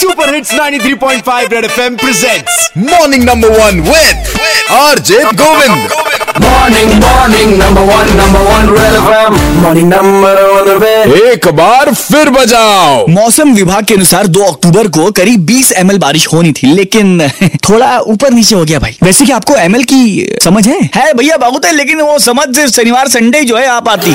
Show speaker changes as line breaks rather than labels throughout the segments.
Super hits 93.5 red FM presents morning number one with RJ Govind
Morning, morning, number one, number one, red FM. Morning, number one, red.
एक बार फिर बजाओ
मौसम विभाग के अनुसार 2 अक्टूबर को करीब 20 एम बारिश होनी थी लेकिन थोड़ा ऊपर नीचे हो गया भाई वैसे कि आपको एम की समझ है है भैया बहुत है लेकिन वो समझ सिर्फ शनिवार संडे जो है आप आती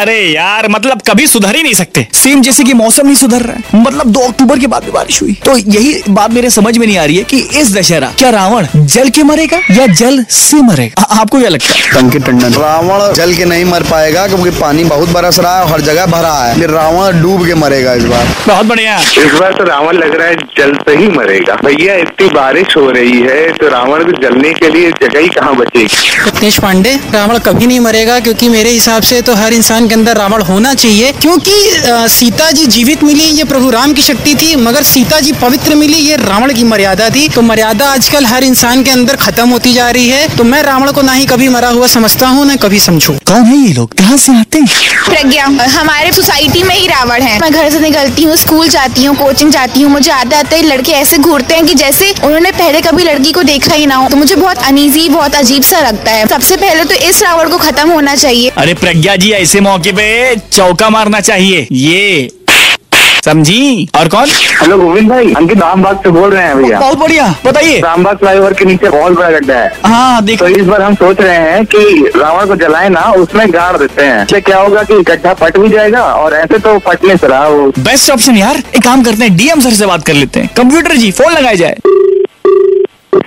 अरे यार मतलब कभी सुधर ही नहीं सकते सेम जैसे कि मौसम नहीं सुधर रहा है मतलब 2 अक्टूबर के बाद भी बारिश हुई तो यही बात मेरे समझ में नहीं आ रही है कि इस दशहरा क्या रावण जल के मरेगा या जल से मरेगा आ- आपको क्या लगता है
टंकी टंडन रावण जल के नहीं मर पाएगा क्योंकि पानी बहुत बरस रहा है और हर जगह भरा है फिर रावण डूब के मरेगा इस बार
बहुत बढ़िया
इस बार तो रावण लग रहा है जल से ही मरेगा भैया इतनी बारिश हो रही है तो रावण को जलने के लिए जगह ही कहाँ बचेगी
रत्नेश पांडे रावण कभी नहीं मरेगा क्योंकि मेरे हिसाब से तो हर इंसान के अंदर रावण होना चाहिए क्योंकि अ, सीता जी जीवित मिली ये प्रभु राम की शक्ति थी मगर सीता जी पवित्र मिली ये रावण की मर्यादा थी तो मर्यादा आजकल हर इंसान के अंदर खत्म होती जा रही है तो मैं रावण को ना ही कभी मरा हुआ समझता हूँ ना कभी समझू
कौन है ये लोग कहाँ से आते हैं
प्रज्ञा हमारे सोसाइटी में ही रावण है मैं घर से निकलती हूँ स्कूल जाती हूँ कोचिंग जाती हूँ मुझे आते आते लड़के ऐसे घूरते हैं कि जैसे उन्होंने पहले कभी लड़की को देखा ही ना हो तो मुझे बहुत अनईजी बहुत अजीब सा लगता है सबसे पहले तो इस रावण को खत्म होना चाहिए
अरे प्रज्ञा जी ऐसे मौके पे चौका मारना चाहिए ये समझी और कौन
हेलो गोविंद भाई अंकित रामबाग से बोल रहे हैं भैया
बहुत बढ़िया बताइए
रामबाग फ्लाईओवर के नीचे बहुत बड़ा गड्ढा है
हाँ देख
तो इस बार हम सोच रहे हैं कि रावण को जलाए ना उसमें गाड़ देते हैं इससे क्या होगा कि गड्ढा फट भी जाएगा और ऐसे तो फटने से रहा वो
बेस्ट ऑप्शन यार एक काम करते हैं डीएम सर से बात कर लेते हैं कंप्यूटर जी फोन लगाया जाए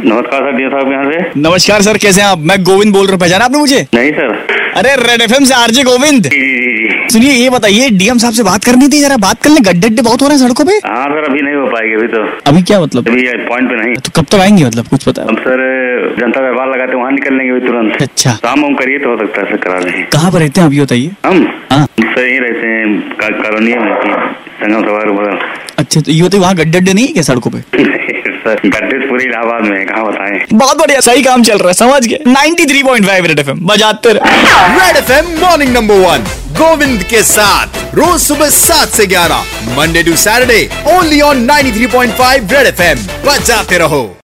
नमस्कार सर डी साहब यहाँ से
नमस्कार सर कैसे हैं आप मैं गोविंद बोल रहा हूँ पहचाना आपने मुझे
नहीं सर
अरे रेड एफ से आरजे गोविंद
जी जी जी जी
सुनिए ये बताइए डीएम साहब से बात करनी थी जरा बात कर ले गड्ढे अड्ढे बहुत हो रहे हैं सड़कों पे
हाँ सर अभी नहीं हो पाएगी अभी तो
अभी क्या मतलब
अभी पॉइंट पे नहीं
तो कब तक आएंगे मतलब कुछ पता है
हम सर जनता व्यवहार लगाते वहाँ निकल लेंगे अभी तुरंत
अच्छा
शाम हम करिए तो हो सकता है सर करा लें
कहाँ पर रहते हैं आप ये बताइए
हम
हाँ।
सर यहीं रहते हैं का- कॉलोनी में रहते हैं। संगम सवार उधर।
अच्छा तो ये होते वहाँ गड्ढे अड्ढे नहीं है क्या सड़कों पे
सर गड्ढे पूरे इलाहाबाद में हैं, कहाँ बताएं
बहुत बढ़िया सही काम चल रहा है समझ गए 93.5 रेड एफएम बजाते रहो।
Red FM morning number one Govind के साथ रोज सुबह सात से ग्यारह Monday to Saturday only on 93.5 red FM बजाते रहो